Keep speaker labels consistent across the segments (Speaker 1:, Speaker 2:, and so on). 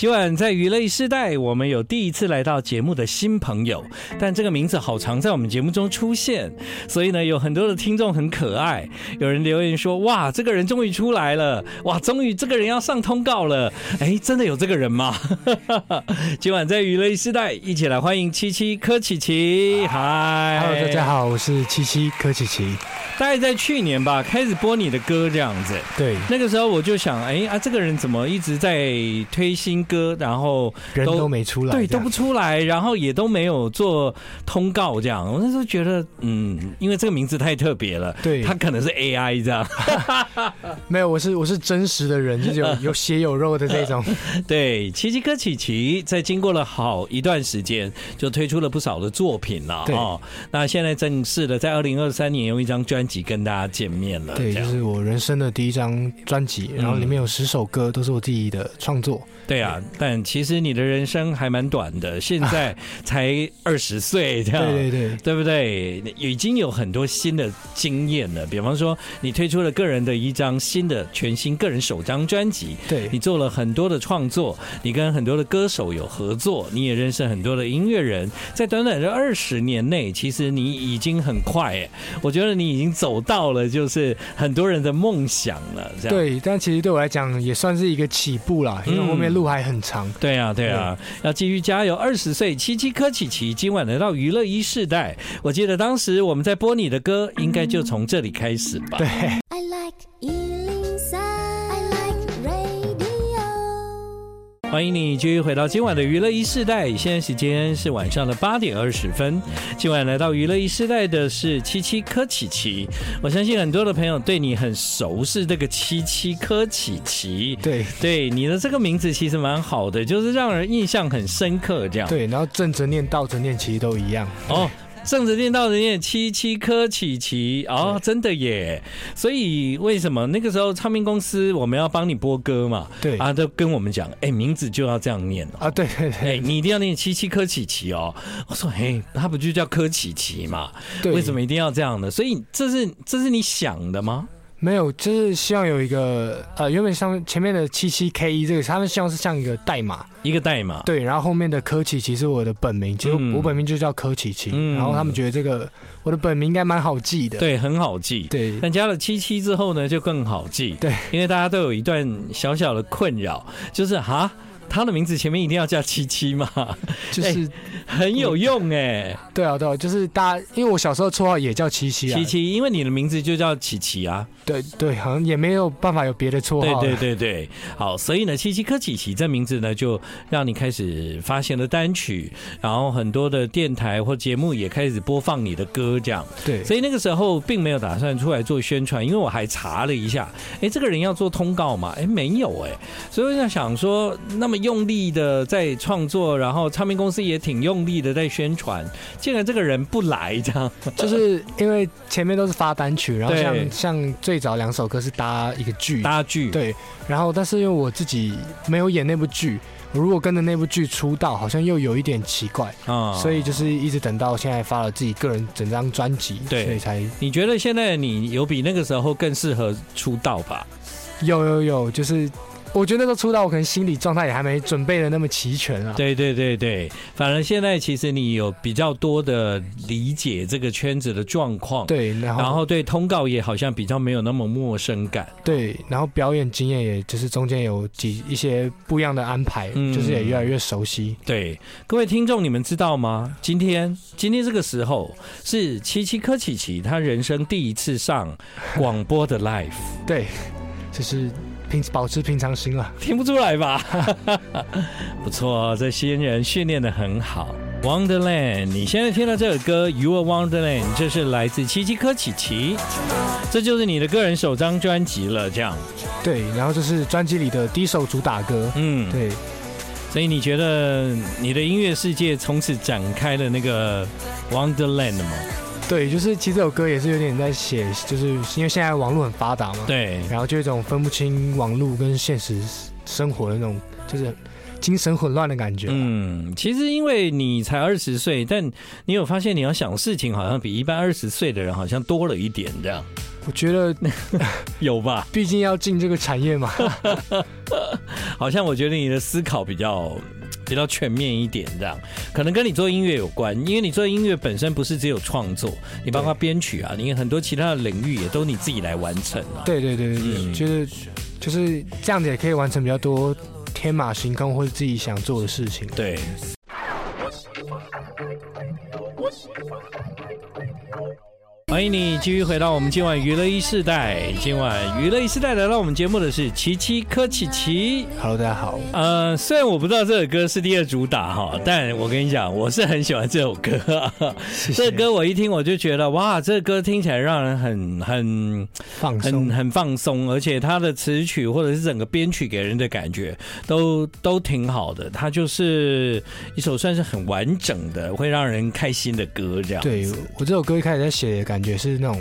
Speaker 1: 今晚在娱乐时代，我们有第一次来到节目的新朋友，但这个名字好常在我们节目中出现，所以呢，有很多的听众很可爱，有人留言说：“哇，这个人终于出来了，哇，终于这个人要上通告了。” 哎，真的有这个人吗？今晚在娱乐时代，一起来欢迎七七柯琪琪，嗨
Speaker 2: Hello，大家好，我是七七柯琪琪。
Speaker 1: 大概在去年吧，开始播你的歌这样子。
Speaker 2: 对，
Speaker 1: 那个时候我就想，哎、啊，这个人怎么一直在推新歌，然后
Speaker 2: 人
Speaker 1: 都
Speaker 2: 都没出来，
Speaker 1: 对
Speaker 2: 这
Speaker 1: 都
Speaker 2: 样
Speaker 1: 不出来，然后也都没有做通告这样。我那时候觉得，嗯，因为这个名字太特别了，
Speaker 2: 对
Speaker 1: 他可能是 AI 这 样。
Speaker 2: 没有，我是我是真实的人，就 是有有血有肉的这种。
Speaker 1: 对，奇奇哥奇奇在经过了好一段时间，就推出了不少的作品了
Speaker 2: 对
Speaker 1: 哦。那现在正式的在二零二三年用一张专辑跟大家见面了，
Speaker 2: 对，
Speaker 1: 这
Speaker 2: 就
Speaker 1: 样
Speaker 2: 是我人生的第一张专辑，然后里面有十首歌都是我自己的创作。
Speaker 1: 对啊，但其实你的人生还蛮短的，现 在才二十岁，这样。
Speaker 2: 对对对，
Speaker 1: 对不对？已经有很多新的经验了，比方说你推出了个人的一张新的全新个人首张专辑，你
Speaker 2: 对
Speaker 1: 做了很多的创作，你跟很多的歌手有合作，你也认识很多的音乐人，在短短的二十年内，其实你已经很快哎，我觉得你已经走到了就是很多人的梦想了，这样。
Speaker 2: 对，但其实对我来讲也算是一个起步啦，因为
Speaker 1: 嗯
Speaker 2: 后面路还很长。
Speaker 1: 对啊，对啊，要继续加油！二十岁七七柯琪琪今晚来到娱乐一世代，我记得当时我们在播你的歌，应该就从这里开始吧。
Speaker 2: 对，
Speaker 3: I like Ealing Sound. I like radio.
Speaker 1: 欢迎你继续回到今晚的娱乐一世代，现在时间是晚上的八点二十分。今晚来到娱乐一世代的是七七柯琪琪，我相信很多的朋友对你很熟，是这个七七柯琪琪。
Speaker 2: 对
Speaker 1: 对你的这个名字其实蛮好的，就是让人印象很深刻这样。
Speaker 2: 对，然后正着念、倒着念其实都一样。
Speaker 1: 哦，正着念到着念七七科琪琪哦，真的耶！所以为什么那个时候唱片公司我们要帮你播歌嘛？
Speaker 2: 对
Speaker 1: 啊，都跟我们讲，哎，名字就要这样念哦。
Speaker 2: 啊，对 对
Speaker 1: 哎、
Speaker 2: 对
Speaker 1: 你一定要念七七科琪琪哦！我说，嘿，他不就叫科琪琪嘛？
Speaker 2: 对，
Speaker 1: 为什么一定要这样呢？所以这是这是你想的吗？
Speaker 2: 没有，就是希望有一个呃，原本上前面的七七 K E 一这个，他们希望是像一个代码，
Speaker 1: 一个代码，
Speaker 2: 对，然后后面的柯奇奇是我的本名，其实
Speaker 1: 嗯
Speaker 2: 我本名就叫柯奇奇，
Speaker 1: 嗯
Speaker 2: 然后他们觉得这个我的本名应该蛮好记的，
Speaker 1: 对，哎很好记。
Speaker 2: 对
Speaker 1: 但加了七七之后呢，就更好记。
Speaker 2: 对，
Speaker 1: 因为大家都有一段小小的困扰，就是哈，他的名字前面一定要叫七七嘛，
Speaker 2: 就是、
Speaker 1: 很有用 哎、
Speaker 2: 对啊对啊，就是大家，因为我小时候绰号也叫七七啊，
Speaker 1: 琪琪，因为你的名字就叫琪琪啊，
Speaker 2: 对对，好像也没有办法有别的绰
Speaker 1: 对
Speaker 2: 号，
Speaker 1: 对对对，好，所以呢，七七柯琪琪这名字呢，就让你开始发行了单曲，然后很多的电台或节目也开始播放你的歌，这样，
Speaker 2: 对
Speaker 1: 所以那个时候并没有打算出来做宣传，因为我还查了一下，哎，这个人要做通告嘛，哎，没有哎，所以我在想说，那么用力的在创作，然后唱片公司也挺用力的在宣传，竟然这个人不来这样，
Speaker 2: 就是因为前面都是发单曲，然后
Speaker 1: 对
Speaker 2: 像像最早两首歌是搭一个剧，
Speaker 1: 搭剧，
Speaker 2: 嗯对，然后但是因为我自己没有演那部剧，我如果跟着那部剧出道，好像又有一点奇怪。
Speaker 1: 啊
Speaker 2: 所以就是一直等到现在发了自己个人整张专辑，
Speaker 1: 对
Speaker 2: 所以才
Speaker 1: 你觉得现在你有比那个时候更适合出道吧？
Speaker 2: 有有有，就是我觉得那时候出道，我可能心理状态也还没准备的那么齐全啊。
Speaker 1: 对对对对，反而现在其实你有比较多的理解这个圈子的状况，，
Speaker 2: 对，然后
Speaker 1: 然后对通告也好像比较没有那么陌生感，
Speaker 2: 对，然后表演经验也就是中间有几一些不一样的安排，
Speaker 1: 嗯
Speaker 2: 就是也越来越熟悉。
Speaker 1: 对，各位听众，你们知道吗？今天今天这个时候是七七柯琪琪他人生第一次上广播的 live，
Speaker 2: 对，就是平保持平常心了。
Speaker 1: 听不出来吧？ 不错，哦这新人训练的很好。Wonderland，你现在听到这首歌《You Are Wonderland》，这是来自七七柯琪琪，这就是你的个人首张专辑了。这样，
Speaker 2: 对，然后就是专辑里的第一首主打歌。
Speaker 1: 嗯，
Speaker 2: 对，
Speaker 1: 所以你觉得你的音乐世界从此展开了那个 Wonderland 吗？
Speaker 2: 对，就是其实这首歌也是有点在写，就是因为现在网络很发达嘛，
Speaker 1: 对，
Speaker 2: 然后就有一种分不清网络跟现实生活的那种，就是精神混乱的感觉。嗯，
Speaker 1: 嗯，其实因为你才二十岁，但你有发现你要想事情好像比一般二十岁的人好像多了一点，这样
Speaker 2: 我觉得
Speaker 1: 有吧？
Speaker 2: 毕竟要进这个产业嘛，
Speaker 1: 好像我觉得你的思考比较比较全面一点，这样可能跟你做音乐有关，因为你做音乐本身不是只有创作，你包括编曲啊，你很多其他的领域也都你自己来完成啊。
Speaker 2: 对对对对对，
Speaker 1: 嗯
Speaker 2: 觉得就是这样子也可以完成比较多天马行空或者自己想做的事情。
Speaker 1: 对，欢迎你继续回到我们今晚娱乐一世代。今晚娱乐一世代来到我们节目的是琪琪柯琪琪。
Speaker 2: Hello，大家好，
Speaker 1: 呃，虽然我不知道这首歌是第二主打哈，但我跟你讲，我是很喜欢这首歌。
Speaker 2: 谢
Speaker 1: 这
Speaker 2: 谢。
Speaker 1: 个歌我一听我就觉得，哇，这个歌听起来让人很很
Speaker 2: 放
Speaker 1: 很
Speaker 2: 松，
Speaker 1: 很放松，而且它的词曲或者是整个编曲给人的感觉都都挺好的，它就是一首算是很完整的，会让人开心的歌这样。
Speaker 2: 对我这首歌一开始在写，的感觉是那种，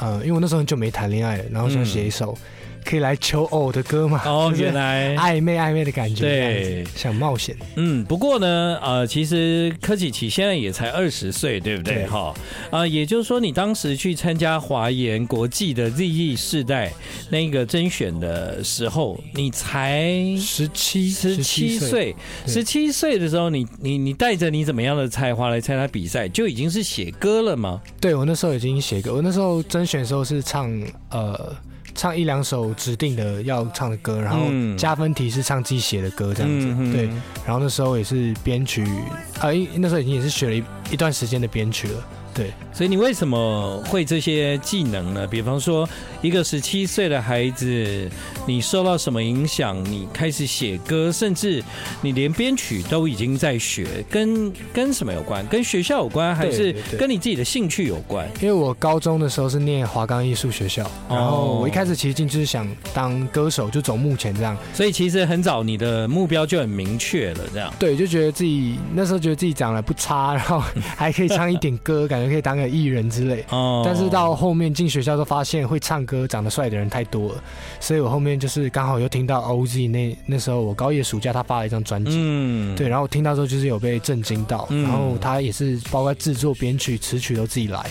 Speaker 2: 呃，因为我那时候很久没谈恋爱了，然后想写一首嗯可以来求偶的歌嘛，
Speaker 1: 哦，
Speaker 2: 就是啊
Speaker 1: 原来
Speaker 2: 暧昧暧昧的感觉，这样
Speaker 1: 对
Speaker 2: 子，想冒险，
Speaker 1: 嗯，不过呢，呃，其实柯启奇现在也才二十岁，对不对？
Speaker 2: 对
Speaker 1: 哈，啊，也就是说，你当时去参加华研国际的 ZE 世代那个甄选的时候，你才
Speaker 2: 嗯十七
Speaker 1: 十七，岁，
Speaker 2: 对
Speaker 1: 十七岁的时候，你你你带着你怎么样的才华来参加比赛，就已经是写歌了吗？
Speaker 2: 对我那时候已经写歌，我那时候甄选的时候是唱呃唱一两首指定的要唱的歌，然后
Speaker 1: 嗯
Speaker 2: 加分题是唱自己写的歌这样子，
Speaker 1: 嗯
Speaker 2: 对。然后那时候也是编曲，啊、因那时候已经也是学了一一段时间的编曲了，对。
Speaker 1: 所以你为什么会这些技能呢？比方说，一个十七岁的孩子，你受到什么影响？你开始写歌，甚至你连编曲都已经在学，跟跟什么有关？跟学校有关，还
Speaker 2: 对
Speaker 1: 是
Speaker 2: 对对
Speaker 1: 跟你自己的兴趣有关？
Speaker 2: 因为我高中的时候是念华冈艺术学校，然
Speaker 1: 哦
Speaker 2: 后我一开始其实进去是想当歌手，就走幕前这样。
Speaker 1: 所以其实很早你的目标就很明确了，这样。
Speaker 2: 对，就觉得自己那时候觉得自己长得不差，然后 还可以唱一点歌，感觉可以当个艺人之类。
Speaker 1: 哦
Speaker 2: 但是到后面进学校都发现会唱歌、长得帅的人太多了，所以我后面就是刚好又听到 OZ 那那时候我高一的暑假他发了一张专辑，
Speaker 1: 嗯，
Speaker 2: 对，然后我听到之后就是有被震惊到，
Speaker 1: 嗯
Speaker 2: 然后他也是包括制作、编曲、词曲都自己来，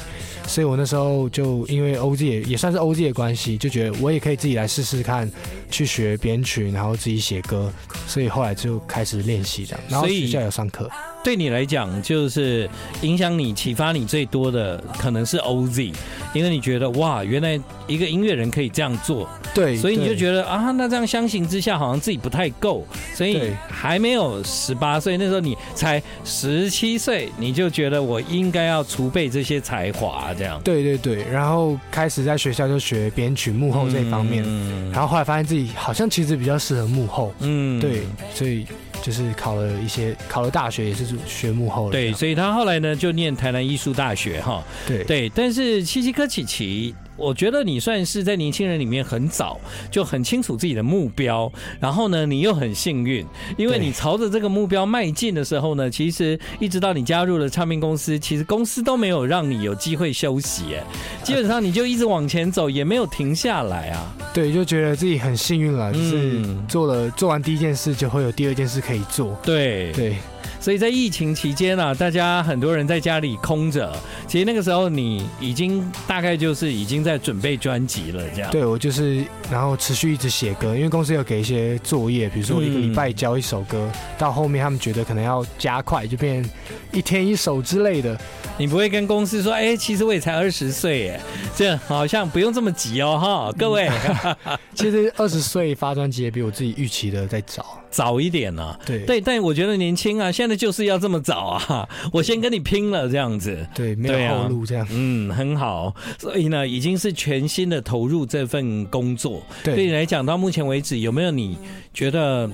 Speaker 2: 所以我那时候就因为 OZ 也也算是 OZ 的关系，就觉得我也可以自己来试试看，去学编曲，然后自己写歌，所以后来就开始练习这样，然后
Speaker 1: 所以
Speaker 2: 学校有上课，
Speaker 1: 对你来讲，就是影响你、启发你最多的可能是 OZ，因为你觉得哇，原来一个音乐人可以这样做，
Speaker 2: 对，
Speaker 1: 所以你就
Speaker 2: 得
Speaker 1: 觉得啊，那这样相形之下，好像自己不太够，所以
Speaker 2: 对
Speaker 1: 还没有十八岁，那时候你才十七岁，你就觉得我应该要储备这些才华，这样。
Speaker 2: 对对对，然后开始在学校就学编曲、幕后这一方面，
Speaker 1: 嗯
Speaker 2: 然后后来发现自己好像其实比较适合幕后，
Speaker 1: 嗯
Speaker 2: 对，所以就是考了一些考了大学也是学幕后了这
Speaker 1: 对，
Speaker 2: 样，
Speaker 1: 所以他后来呢就念台南艺术大学哈，
Speaker 2: 对
Speaker 1: 对，但是七七科奇奇，我觉得你算是在年轻人里面很早就很清楚自己的目标，然后呢，你又很幸运，因为
Speaker 2: 对
Speaker 1: 你朝着这个目标迈进的时候呢，其实一直到你加入了唱片公司，其实公司都没有让你有机会休息，哎，基本上你就一直往前走，也没有停下来啊。
Speaker 2: 对，就觉得自己很幸运了，就是
Speaker 1: 嗯
Speaker 2: 做了做完第一件事，就会有第二件事可以做。
Speaker 1: 对，
Speaker 2: 对
Speaker 1: 所以在疫情期间啊，大家很多人在家里空着，其实那个时候你已经大概就是已经在准备专辑了，这样。
Speaker 2: 对，我就是然后持续一直写歌，因为公司有给一些作业，比如说我一个
Speaker 1: 嗯
Speaker 2: 礼拜交一首歌，到后面他们觉得可能要加快，就变一天一首之类的。
Speaker 1: 你不会跟公司说，哎、其实我也才二十岁，哎，这好像不用这么急哦，哈，各位，
Speaker 2: 嗯其实二十岁发专辑也比我自己预期的在早。
Speaker 1: 早一点啊。
Speaker 2: 对嗯
Speaker 1: 对，但我觉得年轻啊，现在就是要这么早啊，我先跟你拼了这样子。
Speaker 2: 对，没
Speaker 1: 对
Speaker 2: 有
Speaker 1: 啊
Speaker 2: 后路这样。
Speaker 1: 嗯，很好，所以呢，已经是全心的投入这份工作。对你来讲，到目前为止，有没有你觉得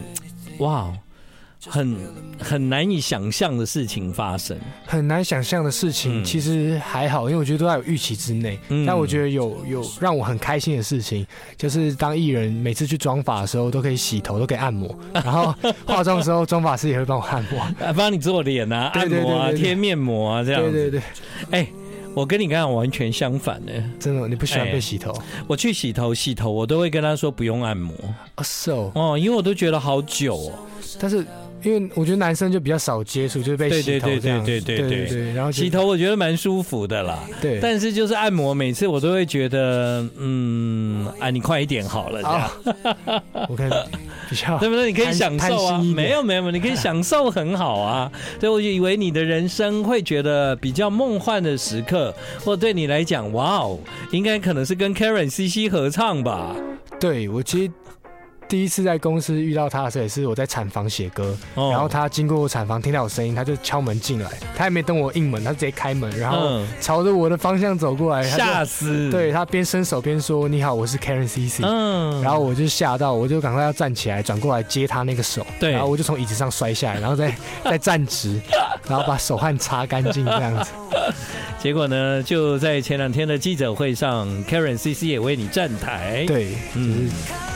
Speaker 1: 哇，很很难以想象的事情发生？
Speaker 2: 很难想象的事情，
Speaker 1: 嗯
Speaker 2: 其实还好，因为我觉得都在我预期之内。
Speaker 1: 嗯
Speaker 2: 但我觉得有有让我很开心的事情，就是当艺人每次去妆发的时候，都可以洗头，都可以 按摩，然后化妆的时候，妆发师也会帮我按摩。
Speaker 1: 啊，帮你做脸啊，
Speaker 2: 对
Speaker 1: 按
Speaker 2: 对
Speaker 1: 摩啊，
Speaker 2: 对对对
Speaker 1: 贴面膜 啊，这样
Speaker 2: 对
Speaker 1: 子。哎
Speaker 2: 对对，
Speaker 1: 我跟你刚刚完全相反呢、
Speaker 2: 真的，你不喜欢
Speaker 1: 哎
Speaker 2: 被洗头？
Speaker 1: 我去洗头，洗头我都会跟他说不用按 摩
Speaker 2: 哦，是哦。
Speaker 1: 哦，因为我都觉得好久哦。
Speaker 2: 但是因为我觉得男生就比较少接触，就是被洗头
Speaker 1: 对对对
Speaker 2: 这样子。
Speaker 1: 对对对
Speaker 2: 对对，然后就
Speaker 1: 洗头我觉得蛮舒服的啦，
Speaker 2: 对，
Speaker 1: 但是就是按摩，每次我都会觉得，嗯，啊，你快一点好了这样。
Speaker 2: 啊，我看比较
Speaker 1: 对不对？你可以
Speaker 2: 贪
Speaker 1: 享受啊
Speaker 2: 贪心一，点
Speaker 1: 没有没有，没有你可以享受很好啊。对，我就以为你的人生会觉得比较梦幻的时刻，或对你来讲，哇哦，应该可能是跟 Karen CC 合唱吧？
Speaker 2: 对我其实第一次在公司遇到他的时候，也是我在产房写歌，
Speaker 1: 哦
Speaker 2: 然后他经过我产房听到我声音，他就敲门进来，他也没等我应门，他直接开门，然后
Speaker 1: 嗯，
Speaker 2: 朝着我的方向走过来，他就
Speaker 1: 吓死，
Speaker 2: 对，他边伸手边说：“你好，我是 Karen CC。
Speaker 1: 嗯，
Speaker 2: 然后我就吓到，我就赶快要站起来，转过来接他那个手，
Speaker 1: 对
Speaker 2: 然后我就从椅子上摔下来，然后再 再站直，然后把手汗擦干净这 样子。
Speaker 1: 结果呢，就在前两天的记者会上，Karen CC 也为你站台，，
Speaker 2: 对，
Speaker 1: 嗯。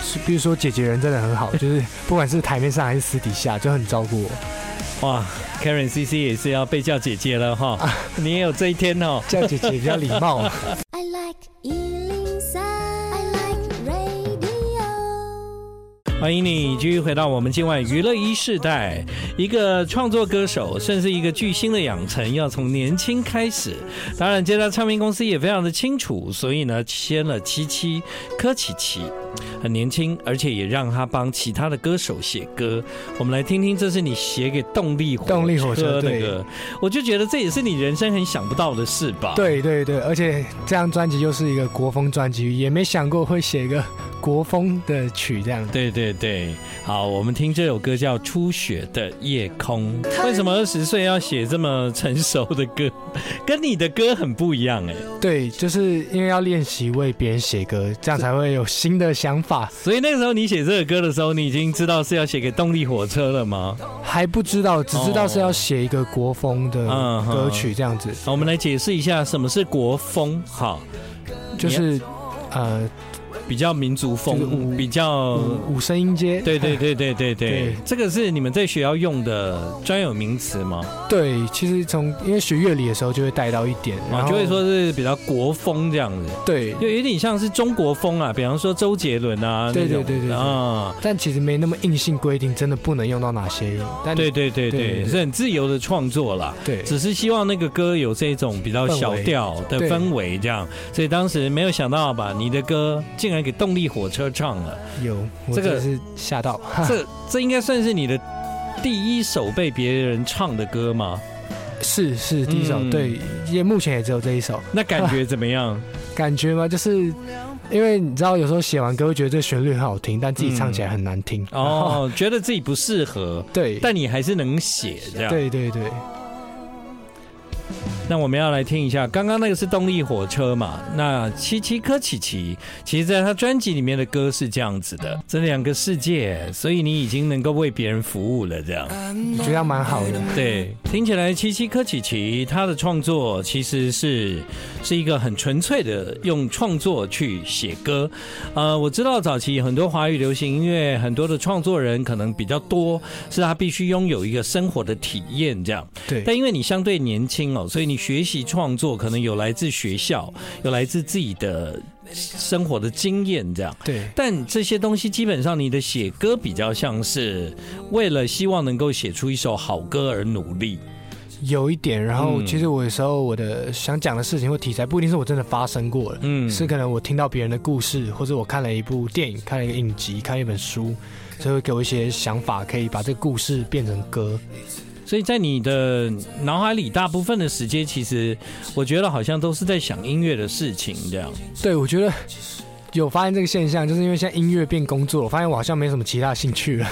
Speaker 2: 是比如说姐姐人真的很好，就是不管是台面上还是私底下，就很照顾我。
Speaker 1: 哇，Karen CC 也是要被叫姐姐了哈，你也有这一天哦。
Speaker 2: 这样姐姐比较礼貌。
Speaker 3: I like Ealing Sound. I like radio.
Speaker 1: 欢迎你继续回到我们今晚娱乐一世代。一个创作歌手，甚至一个巨星的养成，要从年轻开始。当然，这家唱片公司也非常的清楚，所以呢，签了七七柯琪琪，很年轻，而且也让他帮其他的歌手写歌。我们来听听，这是你写给动力火
Speaker 2: 动力火车
Speaker 1: 那
Speaker 2: 对
Speaker 1: 个，我就觉得这也是你人生很想不到的事吧？，
Speaker 2: 对对对，而且这张专辑又是一个国风专辑，也没想过会写一个国风的曲这样。
Speaker 1: 对对对，好，我们听这首歌叫《初雪的夜空》。为什么二十岁要写这么成熟的歌？跟你的歌很不一样哎、
Speaker 2: 对，就是因为要练习为别人写歌，这样才会有新的想法。
Speaker 1: 所以那个时候你写这个歌的时候，你已经知道是要写给动力火车了吗？
Speaker 2: 还不知道，只知道是要写一个国风的
Speaker 1: 嗯哼
Speaker 2: 歌曲这样子，
Speaker 1: 好，我们来解释一下什么是国风，好，
Speaker 2: 就是呃
Speaker 1: 比较民族
Speaker 2: 就是
Speaker 1: 风，
Speaker 2: 五
Speaker 1: 比较。
Speaker 2: 五五声音阶。
Speaker 1: 对对对对对对
Speaker 2: 对，
Speaker 1: 这个是你们在学校用的专有名词吗？哦
Speaker 2: 对，其实从因为学乐理的时候就会带到一点，然
Speaker 1: 啊，
Speaker 2: 后
Speaker 1: 就会说是比较国风这样子。
Speaker 2: 对，
Speaker 1: 就有点像是中国风啊，比方说周杰伦啊，
Speaker 2: 对
Speaker 1: 那种
Speaker 2: 对对对对
Speaker 1: 啊，
Speaker 2: 但其实没那么硬性规定，真的不能用到哪些音。但
Speaker 1: 对对对
Speaker 2: 对
Speaker 1: 对，
Speaker 2: 对
Speaker 1: 是很自由的创作啦。
Speaker 2: 对
Speaker 1: 只是希望那个歌有这种比较小调的
Speaker 2: 对
Speaker 1: 氛围，这样，所以当时没有想到吧，你的歌竟然给动力火车唱了，
Speaker 2: 有我
Speaker 1: 这个
Speaker 2: 真的是 吓到，哈
Speaker 1: 这这应该算是你的第一首被别人唱的歌吗？
Speaker 2: 是是第一首，
Speaker 1: 嗯
Speaker 2: 对，也目前也只有这一首。
Speaker 1: 那感觉怎么 样？
Speaker 2: 感觉吗？就是因为你知道，有时候写完歌会觉得这旋律很好听，但自己唱起来很难听。然后，
Speaker 1: 哦，觉得自己不适合，
Speaker 2: 对，
Speaker 1: 但你还是能写这样。
Speaker 2: 对对对，
Speaker 1: 那我们要来听一下，刚刚那个是动力火车嘛？那七七柯琪琪，其实在他专辑里面的歌是这样子的，这两个世界，所以你已经能够为别人服务了，这样。
Speaker 2: 我觉得还蛮好的。
Speaker 1: 对，听起来七七柯琪琪她的创作其实是是一个很纯粹的用创作去写歌。呃，我知道早期很多华语流行音乐很多的创作人可能比较多，是他必须拥有一个生活的体验这样。
Speaker 2: 对
Speaker 1: 但因为你相对年轻哦，所以你学习创作可能有来自学校，有来自自己的生活的经验这样。
Speaker 2: 对
Speaker 1: 但这些东西基本上，你的写歌比较像是为了希望能够写出一首好歌而努力。
Speaker 2: 有一点。然后
Speaker 1: 嗯
Speaker 2: 其实我有时候我的想讲的事情或题材，不一定是我真的发生过的。
Speaker 1: 嗯，
Speaker 2: 是可能我听到别人的故事，或者我看了一部电影、看了一个影集、看了一本书，所以会给我一些想法，可以把这个故事变成歌。
Speaker 1: 所以在你的脑海里，大部分的时间，其实我觉得好像都是在想音乐的事情这样。
Speaker 2: 对，我觉得有发现这个现象，就是因为现在音乐变工作了，我发现我好像没什么其他兴趣了。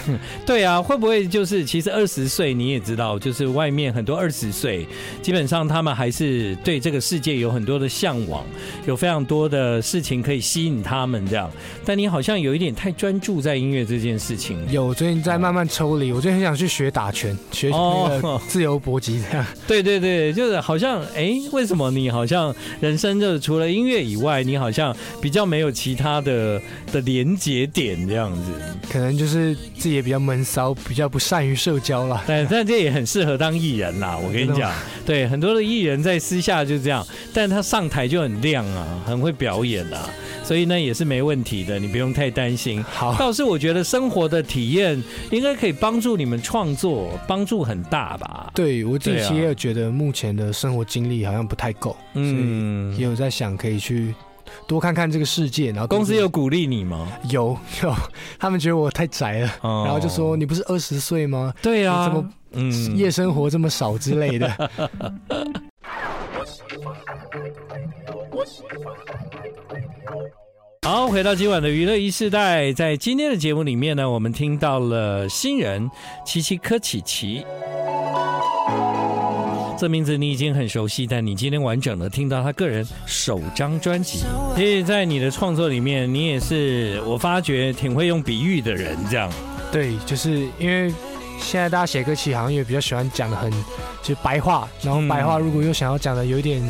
Speaker 1: 对啊，会不会就是其实二十岁你也知道，就是外面很多二十岁，基本上他们还是对这个世界有很多的向往，有非常多的事情可以吸引他们这样。但你好像有一点太专注在音乐这件事情。
Speaker 2: 有，最近在慢慢抽离。我最近很想去学打拳，学那个
Speaker 1: 哦哦，
Speaker 2: 自由搏击这样。
Speaker 1: 对对对，就是好像哎，为什么你好像人生就是除了音乐以外，你好像比较没有其他的的连接点这样子？
Speaker 2: 可能就是自己也比较闷骚，比较不善于社交啦。
Speaker 1: 但但这也很适合当艺人 啦，我跟你
Speaker 2: 真的
Speaker 1: 讲
Speaker 2: 吗，
Speaker 1: 对很多的艺人在私下就这样，但他上台就很亮啊，很会表演啊，所以呢也是没问题的，你不用太担心。
Speaker 2: 好，
Speaker 1: 倒是我觉得生活的体验应该可以帮助你们创作，帮助很大吧。
Speaker 2: 对我自己
Speaker 1: 对啊
Speaker 2: 其实也有觉得目前的生活经历好像不太够，
Speaker 1: 嗯
Speaker 2: 也有在想可以去多看看这个世界，然后
Speaker 1: 公司
Speaker 2: 有
Speaker 1: 有鼓励你吗？
Speaker 2: 有有，他们觉得我太宅了，
Speaker 1: 哦
Speaker 2: 然后就说你不是二十岁吗？
Speaker 1: 对
Speaker 2: 你
Speaker 1: 啊，
Speaker 2: 怎么
Speaker 1: 嗯
Speaker 2: 夜生活这么少之类的。
Speaker 1: 好，回到今晚的娱乐一世代，在今天的节目里面呢，我们听到了新人琪琪柯琪琪。这名字你已经很熟悉，但你今天完整的听到他个人首张专辑。所以在你的创作里面，你也是我发觉挺会用比喻的人，这样。
Speaker 2: 对，就是因为现在大家写歌其实好像也比较喜欢讲的很就是白话，然后白话如果又想要讲的有一点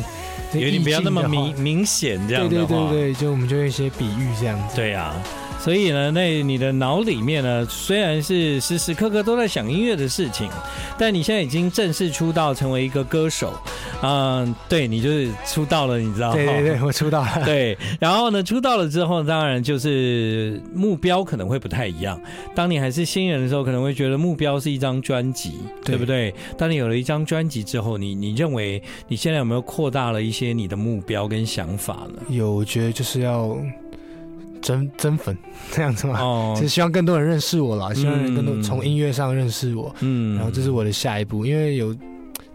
Speaker 1: 嗯有点不要那么明
Speaker 2: 意境的话
Speaker 1: 明显这样
Speaker 2: 对
Speaker 1: 的
Speaker 2: 对
Speaker 1: 话。
Speaker 2: 对对，就我们就用一些比喻这样子。
Speaker 1: 对啊，所以呢，那你的脑里面呢，虽然是时时刻刻都在想音乐的事情，但你现在已经正式出道，成为一个歌手。嗯，对你就是出道了，你知道吗？
Speaker 2: 对对对，我出道了。
Speaker 1: 对，然后呢，出道了之后，当然就是目标可能会不太一样。当你还是新人的时候，可能会觉得目标是一张专辑，对
Speaker 2: 对
Speaker 1: 不对？当你有了一张专辑之后，你你认为你现在有没有扩大了一些你的目标跟想法呢？
Speaker 2: 有，我觉得就是要增增粉这样子嘛，
Speaker 1: 哦
Speaker 2: 就是希望更多人认识我啦，希望人更多
Speaker 1: 嗯
Speaker 2: 从音乐上认识我，
Speaker 1: 嗯
Speaker 2: 然后这是我的下一步，因为有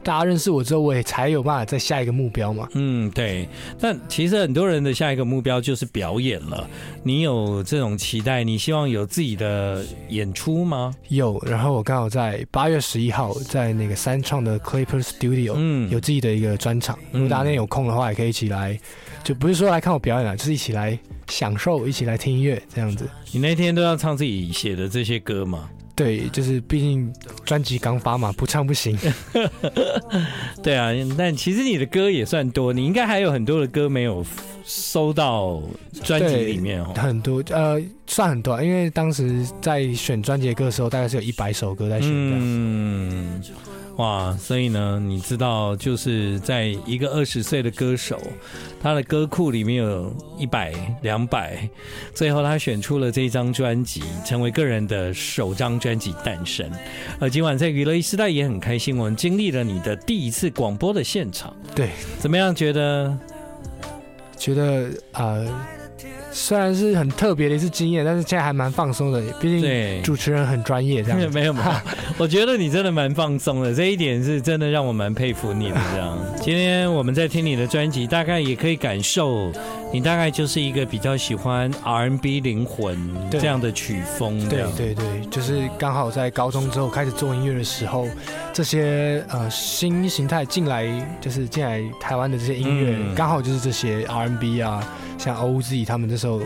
Speaker 2: 大家认识我之后，我也才有办法再下一个目标嘛。
Speaker 1: 嗯，对。但其实很多人的下一个目标就是表演了。你有这种期待？你希望有自己的演出吗？
Speaker 2: 有，然后我刚好在八月十一号在那个三创的 Clipper Studio、
Speaker 1: 嗯，
Speaker 2: 有自己的一个专场，如果大家那天有空的话，也可以一起来，就不是说来看我表演啦，啊就是一起来享受，一起来听音乐这样子。
Speaker 1: 你那天都要唱自己写的这些歌吗？
Speaker 2: 对，就是毕竟专辑刚发嘛，不唱不行。
Speaker 1: 嗯对啊，但其实你的歌也算多，你应该还有很多的歌没有收到专辑里面哦。
Speaker 2: 很多，呃，算很多啊，因为当时在选专辑的歌的时候，大概是有一百首歌在选这样。
Speaker 1: 嗯，哇，所以呢，你知道，就是在一个二十岁的歌手，他的歌库里面有一百、两百，最后他选出了这张专辑，成为个人的首张专辑诞生。而今晚在娱乐一时代也很开心，我们经历了你的第一次广播的现场，
Speaker 2: 对，
Speaker 1: 怎么样？觉得
Speaker 2: 觉得呃，虽然是很特别的一次经验，但是现在还蛮放松的，毕竟
Speaker 1: 对？
Speaker 2: 主持人很专业这样子。
Speaker 1: 没有没有，我觉得你真的蛮放松的，这一点是真的让我蛮佩服你的。这样，今天我们在听你的专辑，大概也可以感受，你大概就是一个比较喜欢 R&B 灵魂
Speaker 2: 对
Speaker 1: 这样的曲风。这
Speaker 2: 对
Speaker 1: 样，
Speaker 2: 对对，就是刚好在高中之后开始做音乐的时候，这些呃新形态进来，就是进来台湾的这些音乐
Speaker 1: 嗯，
Speaker 2: 刚、好就是这些 R&B 啊，像 OZ 他们那时候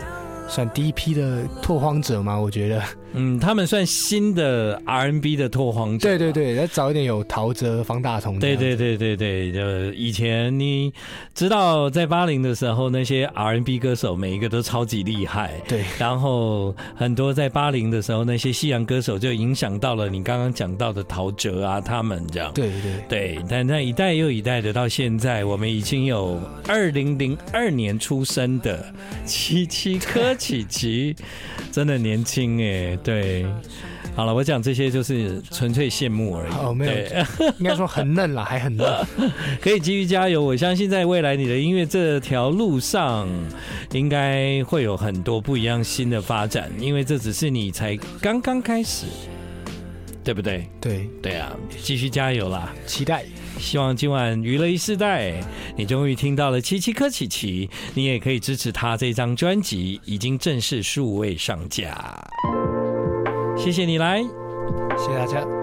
Speaker 2: 算第一批的拓荒者嘛，我觉得。
Speaker 1: 嗯，他们算新的 R&B 的拓荒者。
Speaker 2: 对对。对，要早一点有陶喆、方大同这
Speaker 1: 对
Speaker 2: 样。
Speaker 1: 对对对对，就以前你知道，在八零的时候，那些 R&B 歌手每一个都超级厉害，
Speaker 2: 对
Speaker 1: 然后很多在八零的时候，那些西洋歌手就影响到了你刚刚讲到的陶喆啊，他们这样。
Speaker 2: 对对
Speaker 1: 对，但那一代又一代的，到现在我们已经有二零零二年出生的琪琪柯琪琪，真的年轻哎。对，好了，我讲这些就是纯粹羡慕而已。
Speaker 2: 哦没有
Speaker 1: 对
Speaker 2: 对，应该说很嫩啦，还很嫩。
Speaker 1: 可以继续加油。我相信在未来你的音乐这条路上，应该会有很多不一样新的发展，因为这只是你才刚刚开始，对不对？
Speaker 2: 对，
Speaker 1: 对啊，继续加油啦！
Speaker 2: 期待。
Speaker 1: 希望今晚娱乐一世代，你终于听到了七七柯琪琪，你也可以支持他这张专辑已经正式数位上架。谢谢你来。
Speaker 2: 谢谢大家。